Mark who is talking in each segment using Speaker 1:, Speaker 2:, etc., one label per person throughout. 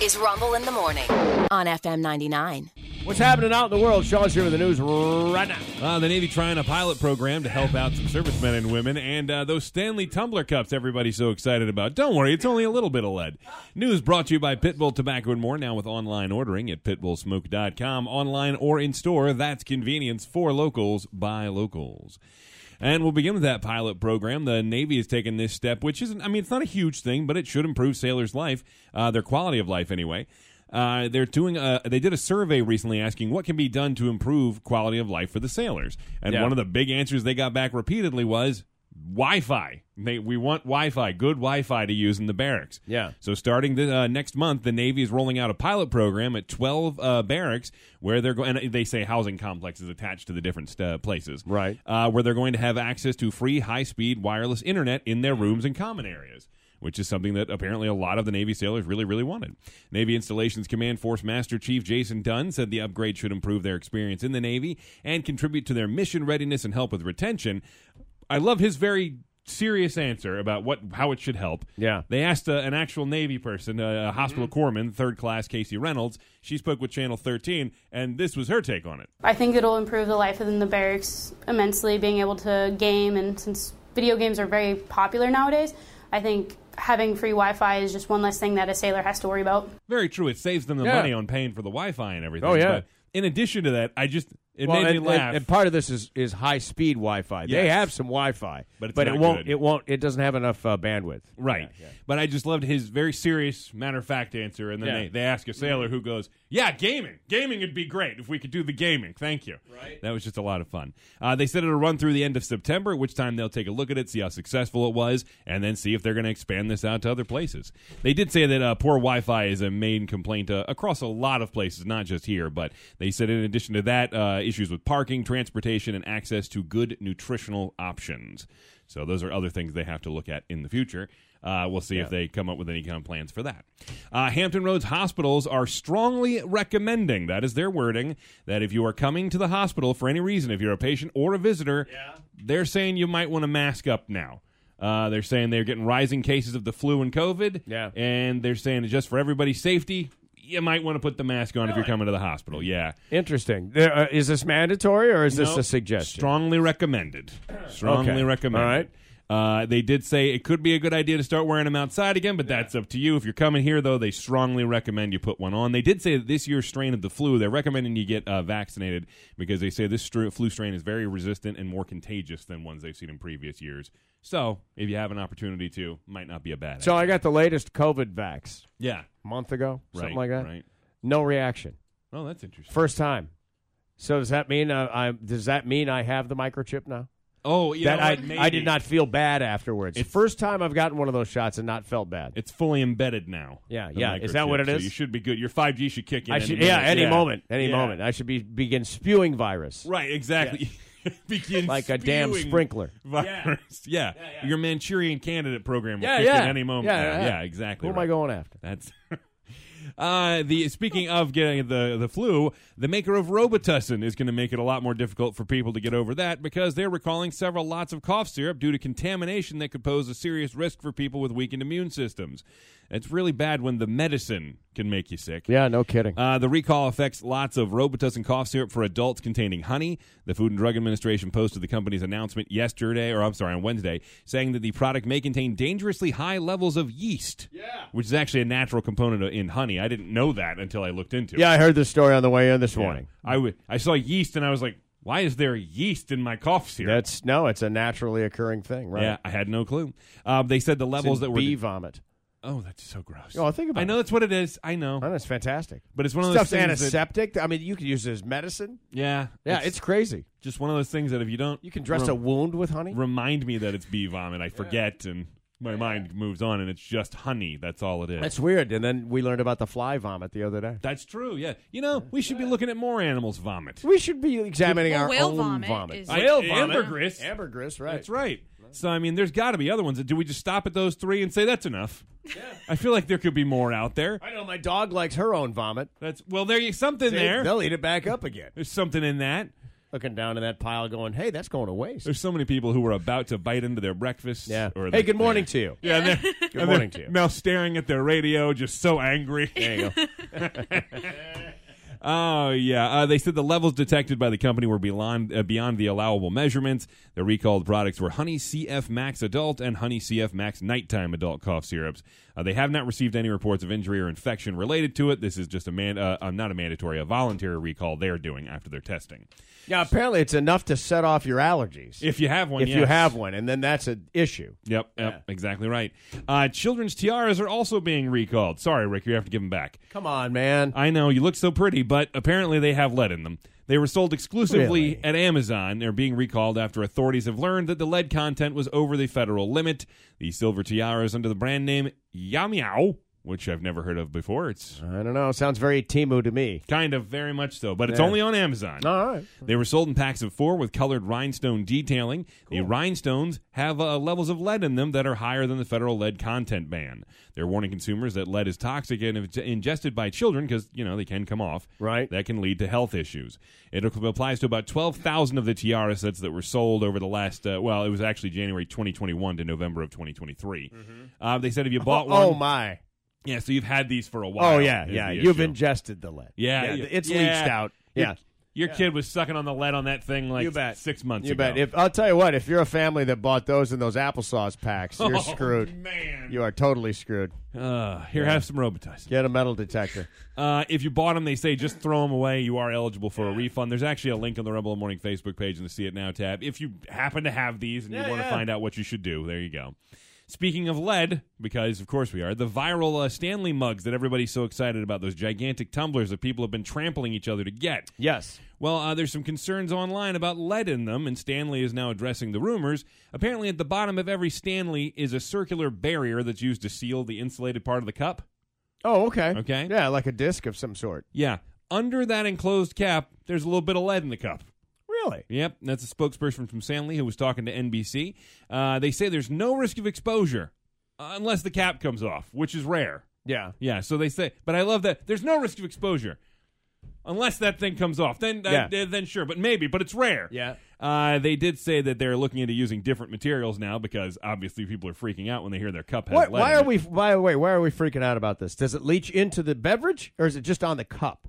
Speaker 1: is Rumble in the Morning on FM 99.
Speaker 2: What's happening out in the world? Sean's here with the news right now.
Speaker 3: Uh, the Navy trying a pilot program to help out some servicemen and women, and uh, those Stanley tumbler cups everybody's so excited about. Don't worry, it's only a little bit of lead. News brought to you by Pitbull Tobacco and More, now with online ordering at pitbullsmoke.com, online or in store. That's convenience for locals by locals. And we'll begin with that pilot program. The Navy has taken this step, which isn't, I mean, it's not a huge thing, but it should improve sailors' life, uh, their quality of life anyway. Uh, they're doing. A, they did a survey recently asking what can be done to improve quality of life for the sailors, and
Speaker 2: Yeah.
Speaker 3: one of the big answers they got back repeatedly was Wi-Fi. They, we want Wi-Fi, good Wi-Fi to use in the barracks.
Speaker 2: Yeah.
Speaker 3: So starting the, uh, next month, the Navy is rolling out a pilot program at 12 uh, barracks where they're going. And they say housing complexes attached to the different uh, places,
Speaker 2: Right.
Speaker 3: Uh, where they're going to have access to free high-speed wireless internet in their rooms and common areas. Which is something that apparently a lot of the Navy sailors really, really wanted. Navy Installations Command Force Master Chief Jason Dunn said the upgrade should improve their experience in the Navy and contribute to their mission readiness and help with retention. I love his very serious answer about what how it should help.
Speaker 2: Yeah.
Speaker 3: They asked uh, an actual Navy person, uh, a, a hospital corpsman, third class Casey Reynolds. She spoke with Channel 13, and this was her take on it.
Speaker 4: I think it'll improve the life in the barracks immensely, being able to game. And since video games are very popular nowadays, I think having free Wi Fi is just one less thing that a sailor has to worry about.
Speaker 3: Very true. It saves them the
Speaker 2: Yeah.
Speaker 3: money on paying for the Wi-Fi and everything.
Speaker 2: Oh, yeah.
Speaker 3: But in addition to that, I just it
Speaker 2: Well,
Speaker 3: made
Speaker 2: and,
Speaker 3: me laugh.
Speaker 2: And, and part of this is, is high speed Wi Fi. They
Speaker 3: Yes.
Speaker 2: have some Wi Fi,
Speaker 3: But it's
Speaker 2: it
Speaker 3: not
Speaker 2: won't.
Speaker 3: good.
Speaker 2: It won't. It doesn't have enough uh, bandwidth.
Speaker 3: Right. But I just loved his very serious, matter of fact answer. And then
Speaker 2: Yeah.
Speaker 3: they, they ask a sailor who goes, Yeah, gaming. Gaming would be great if we could do the gaming. Thank you. Right. That was just a lot of fun. Uh, they said it'll run through the end of September, at which time they'll take a look at it, see how successful it was, and then see if they're going to expand this out to other places. They did say that uh, poor Wi Fi is a main complaint uh, across a lot of places, not just here. But they said, in addition to that, uh, issues with parking, transportation, and access to good nutritional options. So those are other things they have to look at in the future. Uh, we'll see if they come up with any kind of plans for that. Uh, Hampton Roads hospitals are strongly recommending, that is their wording, that if you are coming to the hospital for any reason, if you're a patient or a visitor, they're saying you might want to mask up now. Uh, they're saying they're getting rising cases of the flu and COVID.
Speaker 2: Yeah.
Speaker 3: And they're saying just for everybody's safety, you might want to put the mask on if you're coming to the hospital. Yeah.
Speaker 2: Interesting. There, uh, is this mandatory or is this
Speaker 3: No.
Speaker 2: a suggestion?
Speaker 3: Strongly recommended. Strongly
Speaker 2: Okay.
Speaker 3: recommended.
Speaker 2: All right.
Speaker 3: Uh, they did say it could be a good idea to start wearing them outside again, but that's up to you. If you're coming here, though, they strongly recommend you put one on. They did say that this year's strain of the flu, they're recommending you get uh, vaccinated because they say this stru- flu strain is very resistant and more contagious than ones they've seen in previous years. So, if you have an opportunity to, might not be a bad
Speaker 2: So
Speaker 3: idea.
Speaker 2: I got the latest COVID vax
Speaker 3: Yeah.
Speaker 2: a month ago, something
Speaker 3: right,
Speaker 2: like that.
Speaker 3: Right.
Speaker 2: No reaction.
Speaker 3: Oh, that's interesting.
Speaker 2: First time. So does that mean uh, I? Does that mean I have the microchip now?
Speaker 3: oh, yeah.
Speaker 2: that I, I did not feel bad afterwards.
Speaker 3: It's-
Speaker 2: First time I've gotten one of those shots and not felt bad.
Speaker 3: It's fully embedded now.
Speaker 2: Yeah,
Speaker 3: the
Speaker 2: yeah. Is that
Speaker 3: microchip.
Speaker 2: what it
Speaker 3: So
Speaker 2: is?
Speaker 3: you should be good. Your 5G should kick in.
Speaker 2: I
Speaker 3: any
Speaker 2: should,
Speaker 3: minute.
Speaker 2: yeah, any
Speaker 3: Yeah.
Speaker 2: moment, any
Speaker 3: Yeah.
Speaker 2: moment. I should be begin spewing virus.
Speaker 3: Right, exactly. Begin
Speaker 2: Like a damn
Speaker 3: spewing
Speaker 2: sprinkler.
Speaker 3: Virus. Yeah. Your Manchurian candidate program will
Speaker 2: Yeah,
Speaker 3: kick
Speaker 2: yeah.
Speaker 3: in any moment.
Speaker 2: Yeah,
Speaker 3: now.
Speaker 2: yeah. Oh
Speaker 3: exactly.
Speaker 2: Who am
Speaker 3: right.
Speaker 2: I going after?
Speaker 3: That's uh, the speaking of getting the the flu, the maker of Robitussin is going to make it a lot more difficult for people to get over that because they're recalling several lots of cough syrup due to contamination that could pose a serious risk for people with weakened immune systems. It's really bad when the medicine can make you sick.
Speaker 2: Yeah, no kidding.
Speaker 3: Uh, the recall affects lots of Robitussin cough syrup for adults containing honey. The Food and Drug Administration posted the company's announcement yesterday, or I'm sorry, on Wednesday, saying that the product may contain dangerously high levels of yeast, yeah. which is actually a natural component of- in honey. I didn't know that until I looked into
Speaker 2: yeah,
Speaker 3: it.
Speaker 2: I heard this story on the way in this
Speaker 3: Yeah.
Speaker 2: morning.
Speaker 3: I would- I saw yeast and I was like, why is there yeast in my cough syrup?
Speaker 2: That's no, it's a naturally occurring thing, right?
Speaker 3: yeah, I had no clue. Um, they said the
Speaker 2: It's
Speaker 3: levels
Speaker 2: in
Speaker 3: that were
Speaker 2: bee vomit.
Speaker 3: oh, that's so gross.
Speaker 2: Oh, think about
Speaker 3: I know
Speaker 2: it.
Speaker 3: that's what it is. I know,
Speaker 2: Oh, that's fantastic.
Speaker 3: but it's one of those
Speaker 2: Stuff's
Speaker 3: things. that-
Speaker 2: antiseptic. I mean, you can use it as medicine.
Speaker 3: yeah,
Speaker 2: Yeah, it's, crazy.
Speaker 3: just one of those things that if you don't,
Speaker 2: You can dress
Speaker 3: rem-
Speaker 2: a wound with honey.
Speaker 3: remind me that it's bee vomit. I forget, and my mind moves on, and it's just honey. That's all it is.
Speaker 2: That's weird. And then we learned about the fly vomit the other day.
Speaker 3: That's true. Yeah, you know, we should be looking at more animals vomit.
Speaker 2: We should be examining
Speaker 5: Well,
Speaker 2: our
Speaker 5: whale
Speaker 2: own
Speaker 5: vomit
Speaker 2: vomit.
Speaker 5: is-
Speaker 3: I-
Speaker 2: Whale
Speaker 3: ambergris.
Speaker 2: Ambergris, right?
Speaker 3: That's right. So I mean, there's got to be other ones. Do we just stop at those three and say that's enough? I feel like there could be more out there.
Speaker 2: I know my dog likes her own vomit.
Speaker 3: That's well, there you something
Speaker 2: They-
Speaker 3: there.
Speaker 2: They'll eat it back up again.
Speaker 3: There's something in that.
Speaker 2: looking down in that pile, going, "Hey, that's going to waste."
Speaker 3: There's so many people who were about to bite into their breakfast.
Speaker 2: Yeah.
Speaker 3: Or
Speaker 2: hey,
Speaker 3: their-
Speaker 2: good morning to you.
Speaker 3: Yeah. and they're- and they're
Speaker 2: morning to you.
Speaker 3: Now staring at their radio, just so angry.
Speaker 2: There you go.
Speaker 3: Oh yeah, uh, they said the levels detected by the company were beyond uh, beyond the allowable measurements. The recalled products were Honey CF Max Adult and Honey CF Max Nighttime Adult cough syrups. Uh, they have not received any reports of injury or infection related to it. This is just a man, uh, uh, not a mandatory, a voluntary recall they're doing after their testing.
Speaker 2: Yeah, apparently it's enough to set off your allergies
Speaker 3: If you have one,
Speaker 2: if you
Speaker 3: yes.
Speaker 2: have one, and then that's an issue.
Speaker 3: Yep, yep, exactly right. Uh, children's tiaras are also being recalled. Sorry, Rick, you have to give them back.
Speaker 2: Come on, man.
Speaker 3: I know you look so pretty, but apparently they have lead in them. They were sold exclusively
Speaker 2: Really?
Speaker 3: at Amazon. They're being recalled after authorities have learned that the lead content was over the federal limit. The silver tiaras under the brand name Yamiao, which I've never heard of before. It's
Speaker 2: I don't know. Sounds very Timu to me.
Speaker 3: kind of very much so, but it's
Speaker 2: Yeah.
Speaker 3: only on Amazon.
Speaker 2: All right.
Speaker 3: They were sold in packs of four with colored rhinestone detailing. The rhinestones have uh, levels of lead in them that are higher than the federal lead content ban. They're warning consumers that lead is toxic and if it's ingested by children, because, you know, they can come off,
Speaker 2: Right.
Speaker 3: that can lead to health issues. It applies to about 12,000 of the tiara sets that were sold over the last, uh, well, it was actually January 2021 to November of 2023. Uh, they said if you bought one,
Speaker 2: Mm-hmm. Oh my.
Speaker 3: yeah, so you've had these for a while.
Speaker 2: Oh yeah,
Speaker 3: is
Speaker 2: yeah.
Speaker 3: the
Speaker 2: You've
Speaker 3: issue.
Speaker 2: ingested the lead.
Speaker 3: Yeah, yeah.
Speaker 2: it's
Speaker 3: Yeah.
Speaker 2: leached out.
Speaker 3: Your-
Speaker 2: Yeah.
Speaker 3: Your kid was sucking on the lead on that thing like
Speaker 2: you bet.
Speaker 3: six months
Speaker 2: you
Speaker 3: ago.
Speaker 2: bet. If I'll tell you what, if you're a family that bought those in those applesauce packs, you're
Speaker 3: Oh,
Speaker 2: screwed.
Speaker 3: Man,
Speaker 2: You are totally screwed.
Speaker 3: uh, here have some Robitussin.
Speaker 2: Get a metal detector.
Speaker 3: Uh, if you bought them, they say just throw them away. You are eligible for a refund. There's actually a link on the Rebel in the Morning Facebook page in the See It Now tab. If you happen to have these and you
Speaker 2: Yeah,
Speaker 3: want to
Speaker 2: yeah.
Speaker 3: find out what you should do, there you go. Speaking of lead, because of course we are, the viral uh, Stanley mugs that everybody's so excited about, those gigantic tumblers that people have been trampling each other to get.
Speaker 2: Yes.
Speaker 3: Well, uh, there's some concerns online about lead in them, and Stanley is now addressing the rumors. Apparently, at the bottom of every Stanley is a circular barrier that's used to seal the insulated part of the cup.
Speaker 2: Oh, okay.
Speaker 3: Okay.
Speaker 2: Yeah, like a disc of some sort.
Speaker 3: Yeah. Under that enclosed cap, there's a little bit of lead in the cup.
Speaker 2: Really?
Speaker 3: Yep, that's a spokesperson from Stanley who was talking to NBC. Uh, they say there's no risk of exposure uh, unless the cap comes off, which is rare.
Speaker 2: Yeah.
Speaker 3: Yeah, so they say, but I love that there's no risk of exposure unless that thing comes off. Then, that,
Speaker 2: Yeah.
Speaker 3: then sure, but maybe, but it's rare.
Speaker 2: Yeah.
Speaker 3: Uh, they did say that they're looking into using different materials now because obviously people are freaking out when they hear their cup has
Speaker 2: What,
Speaker 3: lead
Speaker 2: why
Speaker 3: in
Speaker 2: are
Speaker 3: it.
Speaker 2: we? By the way, why are we freaking out about this? Does it leach into the beverage, or is it just on the cup?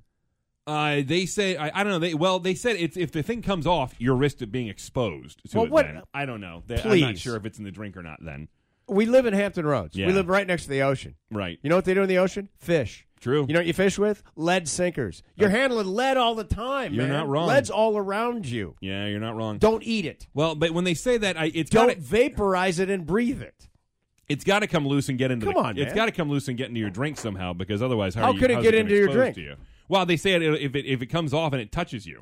Speaker 3: Uh, they say I, I don't know. They well, they said it's if the thing comes off, your risk of being exposed to
Speaker 2: Well,
Speaker 3: it.
Speaker 2: what-
Speaker 3: then. I don't know. They- I'm not
Speaker 2: Please.
Speaker 3: sure if it's in the drink or not. Then
Speaker 2: We live in Hampton Roads.
Speaker 3: Yeah.
Speaker 2: We live right next to the ocean.
Speaker 3: right,
Speaker 2: You know what they do in the ocean? Fish.
Speaker 3: True.
Speaker 2: You know what you fish with? Lead sinkers. You're handling lead all the time.
Speaker 3: You're
Speaker 2: man.
Speaker 3: not wrong.
Speaker 2: Lead's all around you.
Speaker 3: yeah, you're not wrong.
Speaker 2: Don't eat it.
Speaker 3: well, but when they say that, I, it's
Speaker 2: Don't
Speaker 3: got to
Speaker 2: vaporize it and breathe it.
Speaker 3: it's got to come loose and get into.
Speaker 2: Come
Speaker 3: the,
Speaker 2: on,
Speaker 3: it's
Speaker 2: man.
Speaker 3: got to come loose and get into your drink somehow because otherwise, how,
Speaker 2: How
Speaker 3: are you,
Speaker 2: could it
Speaker 3: how's
Speaker 2: get
Speaker 3: gonna
Speaker 2: into your
Speaker 3: expose
Speaker 2: drink?
Speaker 3: To you? Well, they say it if it if it comes off and it touches you.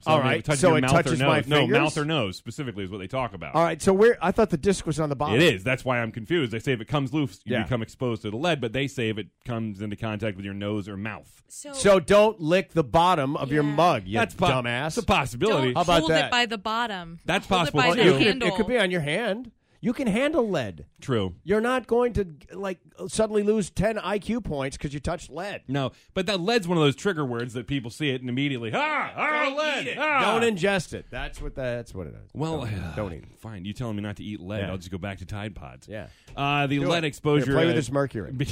Speaker 3: So,
Speaker 2: All
Speaker 3: I mean,
Speaker 2: right,
Speaker 3: if it touches
Speaker 2: so
Speaker 3: your
Speaker 2: it
Speaker 3: mouth
Speaker 2: touches
Speaker 3: or
Speaker 2: my
Speaker 3: nose. no
Speaker 2: fingers? Uh,
Speaker 3: mouth or nose specifically is what they talk about.
Speaker 2: All right. So where I thought the disc was on the bottom.
Speaker 3: It is. That's why I'm confused. They say if it comes loose, you
Speaker 2: Yeah.
Speaker 3: become exposed to the lead, but they say if it comes into contact with your nose or mouth.
Speaker 5: So,
Speaker 2: So don't lick the bottom of your
Speaker 5: Yeah.
Speaker 2: mug. You
Speaker 3: That's po-
Speaker 2: dumbass.
Speaker 3: It's a possibility.
Speaker 5: don't
Speaker 2: How about
Speaker 5: hold
Speaker 2: that?
Speaker 5: it by the bottom.
Speaker 3: That's
Speaker 5: hold
Speaker 3: possible,
Speaker 5: It by
Speaker 3: too.
Speaker 5: the
Speaker 2: Well, it, could,
Speaker 5: handle.
Speaker 2: it could be on your hand. You can handle lead.
Speaker 3: True.
Speaker 2: You're not going to like suddenly lose ten IQ points because you touched lead.
Speaker 3: No, but that lead's one of those trigger words that people see it and immediately, ah, ah, lead. ah."
Speaker 2: Don't ingest it. That's what that's what it is.
Speaker 3: Well, uh,
Speaker 2: don't, don't eat. it.
Speaker 3: Fine. You telling me not to eat lead?
Speaker 2: Yeah.
Speaker 3: I'll just go back to Tide Pods.
Speaker 2: Yeah.
Speaker 3: Uh, the
Speaker 2: Do
Speaker 3: lead
Speaker 2: it.
Speaker 3: exposure
Speaker 2: Here, play with
Speaker 3: uh,
Speaker 2: this mercury.
Speaker 3: be-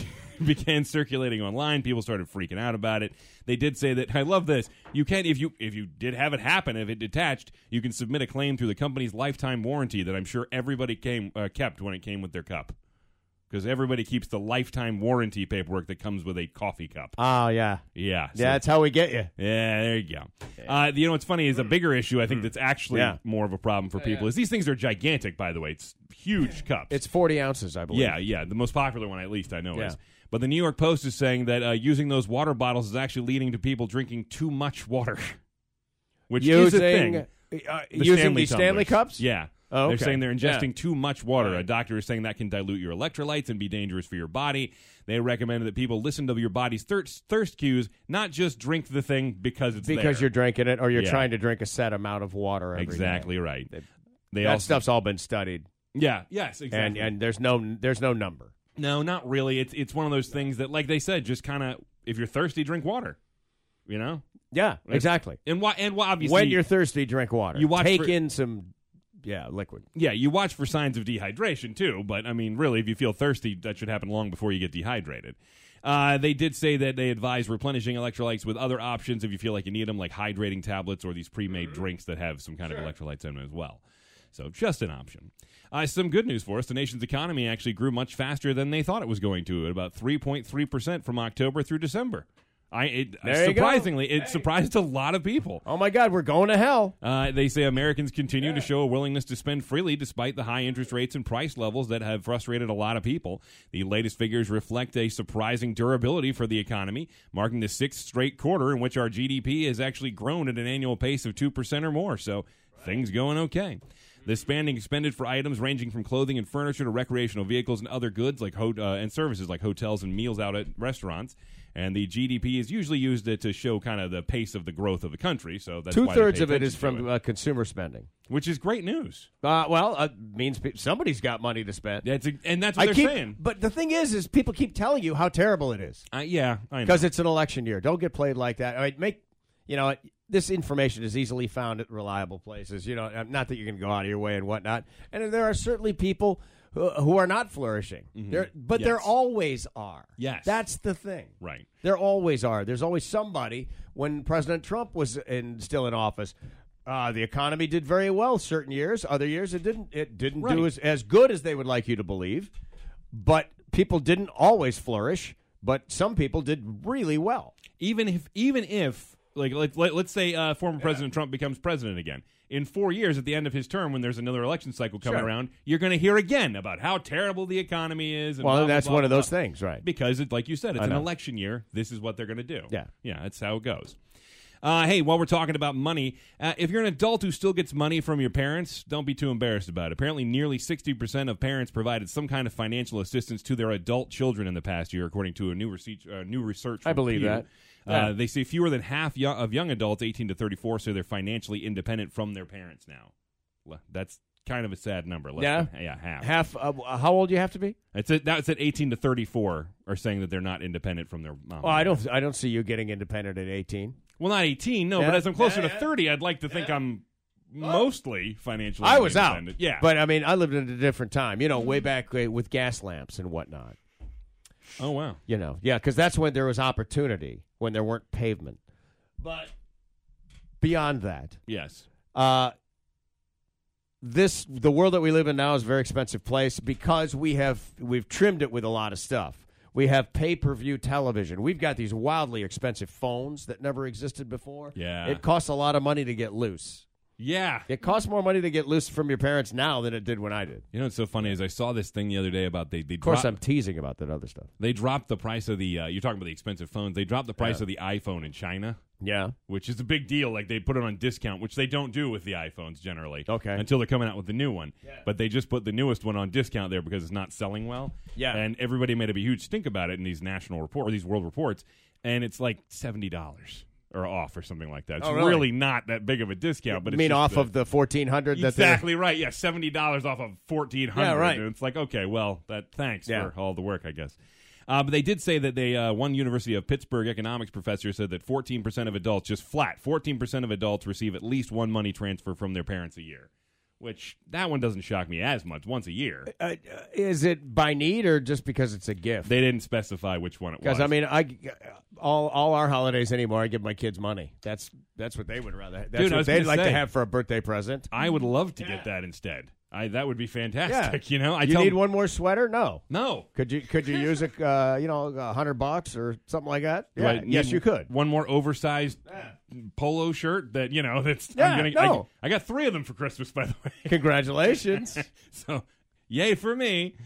Speaker 3: began circulating online. People started freaking out about it. They did say that I love this. You can if you if you did have it happen if it detached, you can submit a claim through the company's lifetime warranty that I'm sure everybody came uh, kept when it came with their cup. Because everybody keeps the lifetime warranty paperwork that comes with a coffee cup.
Speaker 2: Oh yeah,
Speaker 3: Yeah, so-
Speaker 2: that's how we get you.
Speaker 3: yeah, there you go. Uh, you know what's funny is a bigger issue. I think that's actually
Speaker 2: Mm. Yeah.
Speaker 3: more of a problem for people is these things are gigantic. By the way, it's huge cups.
Speaker 2: It's forty ounces, I believe.
Speaker 3: yeah, yeah. The most popular one, at least I know
Speaker 2: Yeah.
Speaker 3: is. But the New York Post is saying that uh, using those water bottles is actually leading to people drinking too much water, which is a
Speaker 2: using
Speaker 3: thing.
Speaker 2: uh,
Speaker 3: The
Speaker 2: using
Speaker 3: Stanley
Speaker 2: the Stanley
Speaker 3: tumblers.
Speaker 2: cups.
Speaker 3: Yeah.
Speaker 2: Oh,
Speaker 3: They're
Speaker 2: okay.
Speaker 3: saying they're ingesting
Speaker 2: Yeah.
Speaker 3: too much water. A doctor is saying that can dilute your electrolytes and be dangerous for your body. They recommend that people listen to your body's thirst, thirst cues, not just drink the thing because it's
Speaker 2: because
Speaker 3: there.
Speaker 2: you're drinking it, or you're
Speaker 3: Yeah.
Speaker 2: trying to drink a set amount of water. every
Speaker 3: exactly
Speaker 2: night.
Speaker 3: right. They
Speaker 2: That
Speaker 3: also,
Speaker 2: stuff's all been studied,
Speaker 3: Yeah. Yes. Exactly.
Speaker 2: and and there's no there's no number.
Speaker 3: no, not really. It's it's one of those things that, like they said, just kind of if you're thirsty, drink water. You know,
Speaker 2: Yeah, exactly.
Speaker 3: and why? And why? Obviously,
Speaker 2: When you're thirsty, drink water.
Speaker 3: You watch
Speaker 2: Take
Speaker 3: for-
Speaker 2: in some, yeah, liquid.
Speaker 3: yeah, you watch for signs of dehydration too. But I mean, really, if you feel thirsty, that should happen long before you get dehydrated. Uh, they did say that they advise replenishing electrolytes with other options if you feel like you need them, like hydrating tablets or these pre-made
Speaker 2: Mm-hmm.
Speaker 3: drinks that have some kind of electrolytes in them as well. So just an option. Uh, some good news for us. The nation's economy actually grew much faster than they thought it was going to, at about 3.3% from October through December. I it,
Speaker 2: There you go.
Speaker 3: surprisingly, it surprised a lot of people.
Speaker 2: Oh my God, we're going to hell.
Speaker 3: Uh, they say Americans continue to show a willingness to spend freely despite the high interest rates and price levels that have frustrated a lot of people. The latest figures reflect a surprising durability for the economy, marking the sixth straight quarter in which our GDP has actually grown at an annual pace of 2% or more. So things going okay. The spending expended for items ranging from clothing and furniture to recreational vehicles and other goods like ho- uh, and services like hotels and meals out at restaurants. And the GDP is usually used to, to show kind of the pace of the growth of the country. So that's why
Speaker 2: Two
Speaker 3: they
Speaker 2: thirds
Speaker 3: pay
Speaker 2: of it is
Speaker 3: attention to
Speaker 2: from Uh, consumer spending.
Speaker 3: which is great news.
Speaker 2: Uh, well, uh, means pe- somebody's got money to spend.
Speaker 3: That's a, and that's what
Speaker 2: I
Speaker 3: they're
Speaker 2: keep,
Speaker 3: saying.
Speaker 2: but the thing is, is people keep telling you how terrible it is
Speaker 3: Uh, yeah, I know.
Speaker 2: because it's an election year. Don't get played like that. All right, make you know this information is easily found at reliable places. You know, uh, not that you're going to go out of your way and whatnot. And there are certainly people who, who are not flourishing. There, but there
Speaker 3: Mm-hmm. Yes.
Speaker 2: always are.
Speaker 3: Yes.
Speaker 2: that's the thing.
Speaker 3: Right.
Speaker 2: There always are. There's always somebody. When President Trump was in, still in office, uh, the economy did very well certain years. Other years, it didn't. It didn't
Speaker 3: Right.
Speaker 2: do as, as good as they would like you to believe. But people didn't always flourish. But some people did really well.
Speaker 3: Even if even if like let, let, us say uh, former President Trump becomes president again in four years at the end of his term when there's another election cycle coming
Speaker 2: Sure.
Speaker 3: around, you're going to hear again about how terrible the economy is. And
Speaker 2: Well,
Speaker 3: blah, blah,
Speaker 2: that's
Speaker 3: blah,
Speaker 2: one of
Speaker 3: blah.
Speaker 2: those things, right?
Speaker 3: Because, it, like you said, it's
Speaker 2: I
Speaker 3: an
Speaker 2: know.
Speaker 3: election year. This is what they're going to do.
Speaker 2: Yeah.
Speaker 3: Yeah, that's how it goes. Uh, hey, while we're talking about money, uh, if you're an adult who still gets money from your parents, don't be too embarrassed about it. Apparently, nearly 60% of parents provided some kind of financial assistance to their adult children in the past year, according to a new, research uh, new research.
Speaker 2: I
Speaker 3: from
Speaker 2: believe
Speaker 3: Pew.
Speaker 2: that.
Speaker 3: Uh, they say fewer than half yo- of young adults, 18 to 34, say they're financially independent from their parents now. Le- That's kind of a sad number. Less
Speaker 2: Yeah?
Speaker 3: than- yeah, half.
Speaker 2: Half. Uh, how old do you have to be?
Speaker 3: It's at, that's at 18 to 34 are saying that they're not independent from their mom.
Speaker 2: Well, I don't. I don't see you getting independent at eighteen.
Speaker 3: Well, not 18, no, but
Speaker 2: Yeah.
Speaker 3: as I'm closer
Speaker 2: Yeah,
Speaker 3: to
Speaker 2: yeah.
Speaker 3: 30, I'd like to think I'm mostly financially
Speaker 2: I was out.
Speaker 3: independent. Yeah.
Speaker 2: But I mean, I lived in a different time. You know, way back uh, with gas lamps and whatnot.
Speaker 3: oh, wow.
Speaker 2: You know, yeah, because that's when there was opportunity when there weren't pavement. But beyond that,
Speaker 3: Yes.
Speaker 2: uh, this the world that we live in now is a very expensive place because we have we've trimmed it with a lot of stuff. We have pay per view television. We've got these wildly expensive phones that never existed before.
Speaker 3: Yeah.
Speaker 2: it costs a lot of money to get loose.
Speaker 3: Yeah.
Speaker 2: It costs more money to get loose from your parents now than it did when I did.
Speaker 3: You know what's so funny is I saw this thing the other day about they they
Speaker 2: Of course,
Speaker 3: dro-
Speaker 2: I'm teasing about that other stuff.
Speaker 3: they dropped the price of the uh, you're talking about the expensive phones they dropped the price
Speaker 2: Yeah.
Speaker 3: of the iPhone in China
Speaker 2: Yeah,
Speaker 3: which is a big deal like they put it on discount which they don't do with the iPhones generally
Speaker 2: Okay.
Speaker 3: until they're coming out with the new one but they just put the newest one on discount there because it's not selling well
Speaker 2: Yeah.
Speaker 3: and everybody made a huge stink about it in these national report or these world reports and it's like seventy dollars or off or something like that it's
Speaker 2: Oh, really?
Speaker 3: not that big of a discount but
Speaker 2: I
Speaker 3: it's
Speaker 2: mean,
Speaker 3: just
Speaker 2: off
Speaker 3: the-
Speaker 2: of the 1400 that they're-
Speaker 3: Exactly right. Yeah, seventy dollars off of fourteen hundred.
Speaker 2: Yeah, right.
Speaker 3: And it's like okay, well, that thanks
Speaker 2: Yeah.
Speaker 3: for all the work, I guess. Uh, but they did say that they uh, one University of Pittsburgh economics professor said that fourteen percent of adults, just flat, fourteen percent of adults receive at least one money transfer from their parents a year. Which that one doesn't shock me as much. Once a year,
Speaker 2: Uh, is it by need or just because it's a gift?
Speaker 3: they didn't specify which one it was.
Speaker 2: Because I mean, I all all our holidays anymore, I give my kids money. That's that's what they would rather. That's
Speaker 3: Dude, I
Speaker 2: what
Speaker 3: was
Speaker 2: they'd
Speaker 3: gonna
Speaker 2: like
Speaker 3: say.
Speaker 2: to have for a birthday present.
Speaker 3: I would love to get that instead. I that would be fantastic. You know, I
Speaker 2: you
Speaker 3: tell
Speaker 2: need one more sweater? No.
Speaker 3: No.
Speaker 2: Could you could you use a uh, you know a hundred bucks or something like that?
Speaker 3: Do
Speaker 2: Yeah.
Speaker 3: I need
Speaker 2: Yes, you could.
Speaker 3: One more oversized polo shirt that you know that's.
Speaker 2: Yeah,
Speaker 3: I'm gonna,
Speaker 2: no.
Speaker 3: I, I got three of them for Christmas, by the way.
Speaker 2: Congratulations.
Speaker 3: so, yay for me!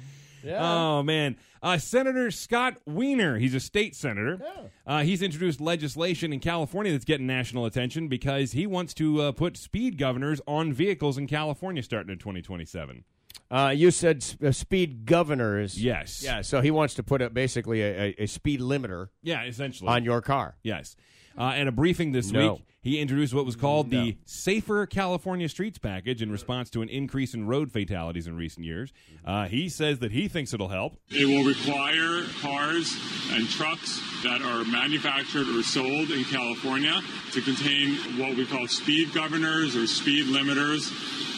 Speaker 3: Oh man, uh, Senator Scott Weiner. He's a state senator. Uh, he's introduced legislation in California that's getting national attention because he wants to uh, put speed governors on vehicles in California starting in 2027.
Speaker 2: Uh, you said sp- uh, speed governors.
Speaker 3: Yes.
Speaker 2: Yeah. So he wants to put a, basically a, a, a speed limiter
Speaker 3: Yeah. Essentially.
Speaker 2: on your car.
Speaker 3: Yes. Uh, at a briefing this
Speaker 2: No.
Speaker 3: week, he introduced what was called the Safer California Streets package in response to an increase in road fatalities in recent years.
Speaker 2: Mm-hmm.
Speaker 3: Uh, he says that he thinks it'll help.
Speaker 5: It will require cars and trucks that are manufactured or sold in California to contain what we call speed governors or speed limiters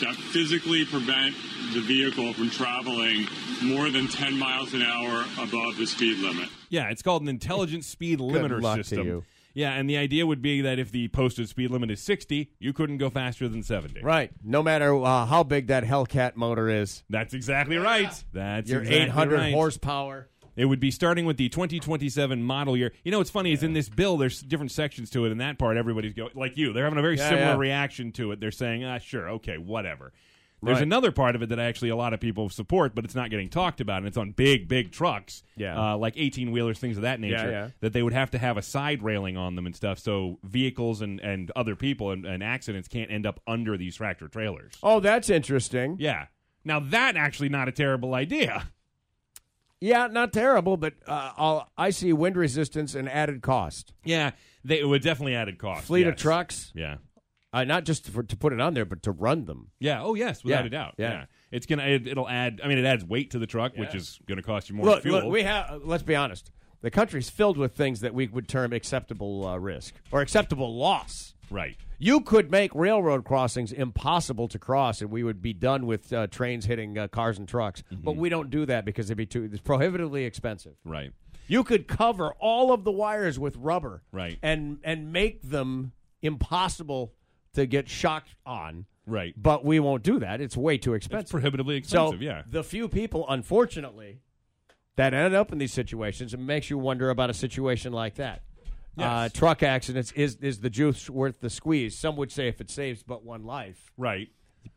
Speaker 5: that physically prevent the vehicle from traveling more than 10 miles an hour above the speed limit.
Speaker 3: Yeah, it's called an intelligent speed limiter
Speaker 2: luck to
Speaker 3: system.
Speaker 2: you.
Speaker 3: Yeah, and the idea would be that if the posted speed limit is 60, you couldn't go faster than 70.
Speaker 2: Right. No matter uh, how big that Hellcat motor is,
Speaker 3: That's exactly right. That's
Speaker 2: your
Speaker 3: exactly
Speaker 2: 800
Speaker 3: right.
Speaker 2: horsepower.
Speaker 3: It would be starting with the 2027 model year. You know, what's funny is in this bill, there's different sections to it. In that part, everybody's going like you. They're having a very
Speaker 2: Yeah,
Speaker 3: similar
Speaker 2: yeah.
Speaker 3: reaction to it. They're saying, "Ah, sure, okay, whatever." There's
Speaker 2: Right.
Speaker 3: another part of it that actually a lot of people support, but it's not getting talked about, and it's on big, big trucks,
Speaker 2: Yeah.
Speaker 3: uh, like 18 wheelers, things of that nature,
Speaker 2: yeah.
Speaker 3: that they would have to have a side railing on them and stuff, so vehicles and, and other people and, and accidents can't end up under these tractor trailers.
Speaker 2: Oh, that's interesting.
Speaker 3: Yeah. Now that actually not a terrible idea.
Speaker 2: Yeah, not terrible, but uh, I'll, I see wind resistance and added cost.
Speaker 3: Yeah, they, it would definitely added cost.
Speaker 2: Fleet of
Speaker 3: yes.
Speaker 2: trucks,
Speaker 3: Yeah.
Speaker 2: uh, not just for, to put it on there, but to run them.
Speaker 3: Yeah. Oh yes, without
Speaker 2: Yeah,
Speaker 3: a doubt.
Speaker 2: yeah.
Speaker 3: Yeah. It's gonna. It, it'll add. I mean, it adds weight to the truck, which is gonna cost you more
Speaker 2: Look,
Speaker 3: fuel.
Speaker 2: look, we have. uh, Let's be honest. The country's filled with things that we would term acceptable uh, risk or acceptable loss.
Speaker 3: right.
Speaker 2: You could make railroad crossings impossible to cross, and we would be done with uh, trains hitting uh, cars and trucks.
Speaker 3: Mm-hmm.
Speaker 2: But we don't do that because it'd be too it's prohibitively expensive.
Speaker 3: Right.
Speaker 2: You could cover all of the wires with rubber,
Speaker 3: Right.
Speaker 2: and and make them impossible to get shocked on.
Speaker 3: Right.
Speaker 2: But we won't do that. It's way too
Speaker 3: That's
Speaker 2: expensive.
Speaker 3: prohibitively
Speaker 2: so
Speaker 3: expensive. yeah.
Speaker 2: the few people, unfortunately, that end up in these situations, it makes you wonder about a situation like that. Uh,
Speaker 3: Yes.
Speaker 2: truck accidents is is the juice worth the squeeze? Some would say if it saves but one life.
Speaker 3: Right.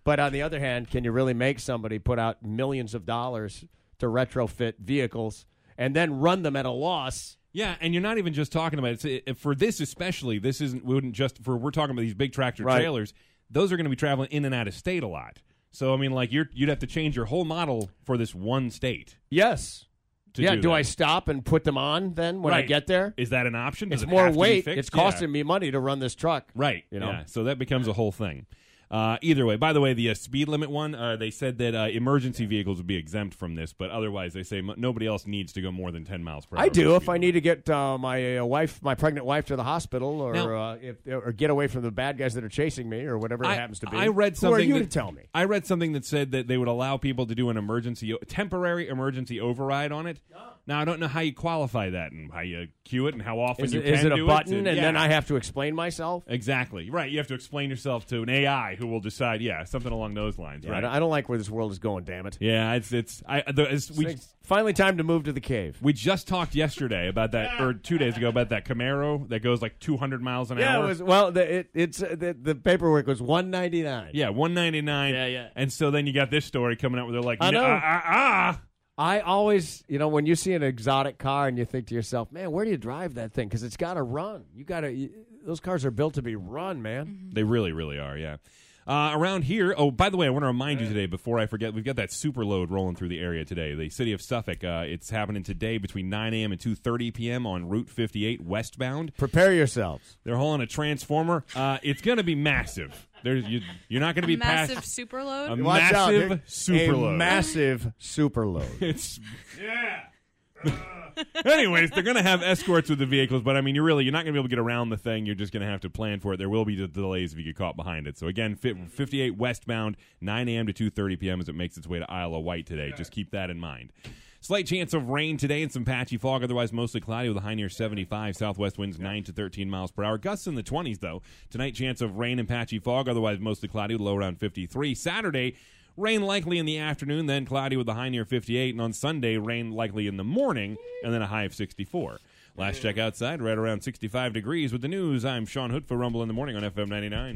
Speaker 2: But on the other hand, can you really make somebody put out millions of dollars to retrofit vehicles and then run them at a loss?
Speaker 3: Yeah, and you're not even just talking about it. It's- it- for this especially. This isn't. We wouldn't just for. We're talking about these big tractor
Speaker 2: Right.
Speaker 3: trailers. Those are going to be traveling in and out of state a lot. So I mean, like you're you'd have to change your whole model for this one state.
Speaker 2: Yes.
Speaker 3: To
Speaker 2: yeah.
Speaker 3: do,
Speaker 2: Do,
Speaker 3: that.
Speaker 2: I stop and put them on then when I
Speaker 3: Right.
Speaker 2: get there?
Speaker 3: Is that an option? Does
Speaker 2: it's
Speaker 3: it
Speaker 2: more
Speaker 3: have to be
Speaker 2: weight.
Speaker 3: fixed?
Speaker 2: It's
Speaker 3: Yeah.
Speaker 2: costing me money to run this truck.
Speaker 3: Right.
Speaker 2: You know?
Speaker 3: Yeah. So that becomes a whole thing. Uh, either way, by the way, the uh, speed limit one, uh, they said that uh, emergency vehicles would be exempt from this, but otherwise, they say m- nobody else needs to go more than 10 miles per hour.
Speaker 2: I
Speaker 3: on
Speaker 2: do
Speaker 3: the
Speaker 2: if
Speaker 3: speed
Speaker 2: I
Speaker 3: limit.
Speaker 2: need to get uh, my uh, wife, my pregnant wife, to the hospital, or
Speaker 3: Now-
Speaker 2: uh, if, or get away from the bad guys that are chasing me, or whatever
Speaker 3: I,
Speaker 2: it happens to be.
Speaker 3: I read something.
Speaker 2: Who are you
Speaker 3: that,
Speaker 2: to tell me?
Speaker 3: I read something that said that they would allow people to do an emergency, temporary emergency override on it. Now I don't know how you qualify that and how you cue it and how often
Speaker 2: Is
Speaker 3: you
Speaker 2: it, is
Speaker 3: can
Speaker 2: it a
Speaker 3: do
Speaker 2: button, and,
Speaker 3: yeah.
Speaker 2: then I have to explain myself?
Speaker 3: exactly right. You have to explain yourself to an AI who will decide. Yeah, something along those lines.
Speaker 2: Yeah, I
Speaker 3: right.
Speaker 2: don't- I don't like where this world is going. Damn it!
Speaker 3: yeah, it's it's. I the, it's, we
Speaker 2: It's finally time to move to the cave.
Speaker 3: We just talked yesterday about that, or two days ago about that Camaro that goes like 200 miles an
Speaker 2: Yeah,
Speaker 3: hour.
Speaker 2: it was, well, the, it, it's uh, the, the paperwork was one ninety nine.
Speaker 3: yeah, 199. Yeah, yeah. And so then you got this story coming out where they're like,
Speaker 2: I
Speaker 3: "No,
Speaker 2: know.
Speaker 3: ah, ah, ah."
Speaker 2: I always, you know, when you see an exotic car and you think to yourself, "Man, where do you drive that thing?" Because it's got to run. You got to. Those cars are built to be run, man.
Speaker 3: They really, really are. Yeah. Uh, around here, oh, by the way, I want to remind you today before I forget, we've got that super load rolling through the area today. The city of Suffolk, uh, it's happening today between 9 a.m. and 2:30 p.m. on Route 58 westbound.
Speaker 2: Prepare yourselves.
Speaker 3: They're hauling a transformer. Uh, it's going to be massive. There's you, you're not going to be
Speaker 6: Massive
Speaker 3: past
Speaker 6: superload.
Speaker 3: a
Speaker 2: Watch out.
Speaker 3: massive
Speaker 2: Here-
Speaker 3: super
Speaker 2: a
Speaker 3: load.
Speaker 2: Massive super load.
Speaker 3: It's yeah. Anyways, they're going to have escorts with the vehicles, but I mean, you're really you're not going to be able to get around the thing. You're just going to have to plan for it. There will be de- delays if you get caught behind it. So again, fi- 58 westbound, 9 a.m. to 2:30 p.m. as it makes its way to Isle of Wight today. Just keep that in mind. Slight chance of rain today and some patchy fog, otherwise mostly cloudy with a high near 75. Southwest winds 9 to 13 miles per hour. Gusts in the 20s, though. Tonight, chance of rain and patchy fog, otherwise mostly cloudy with a low around 53. Saturday, Rain likely in the afternoon, then cloudy with a high near 58, and on Sunday, rain likely in the morning, and then a high of 64. Last check outside, right around 65 degrees. With the news, I'm Sean Hood for Rumble in the Morning on FM 99.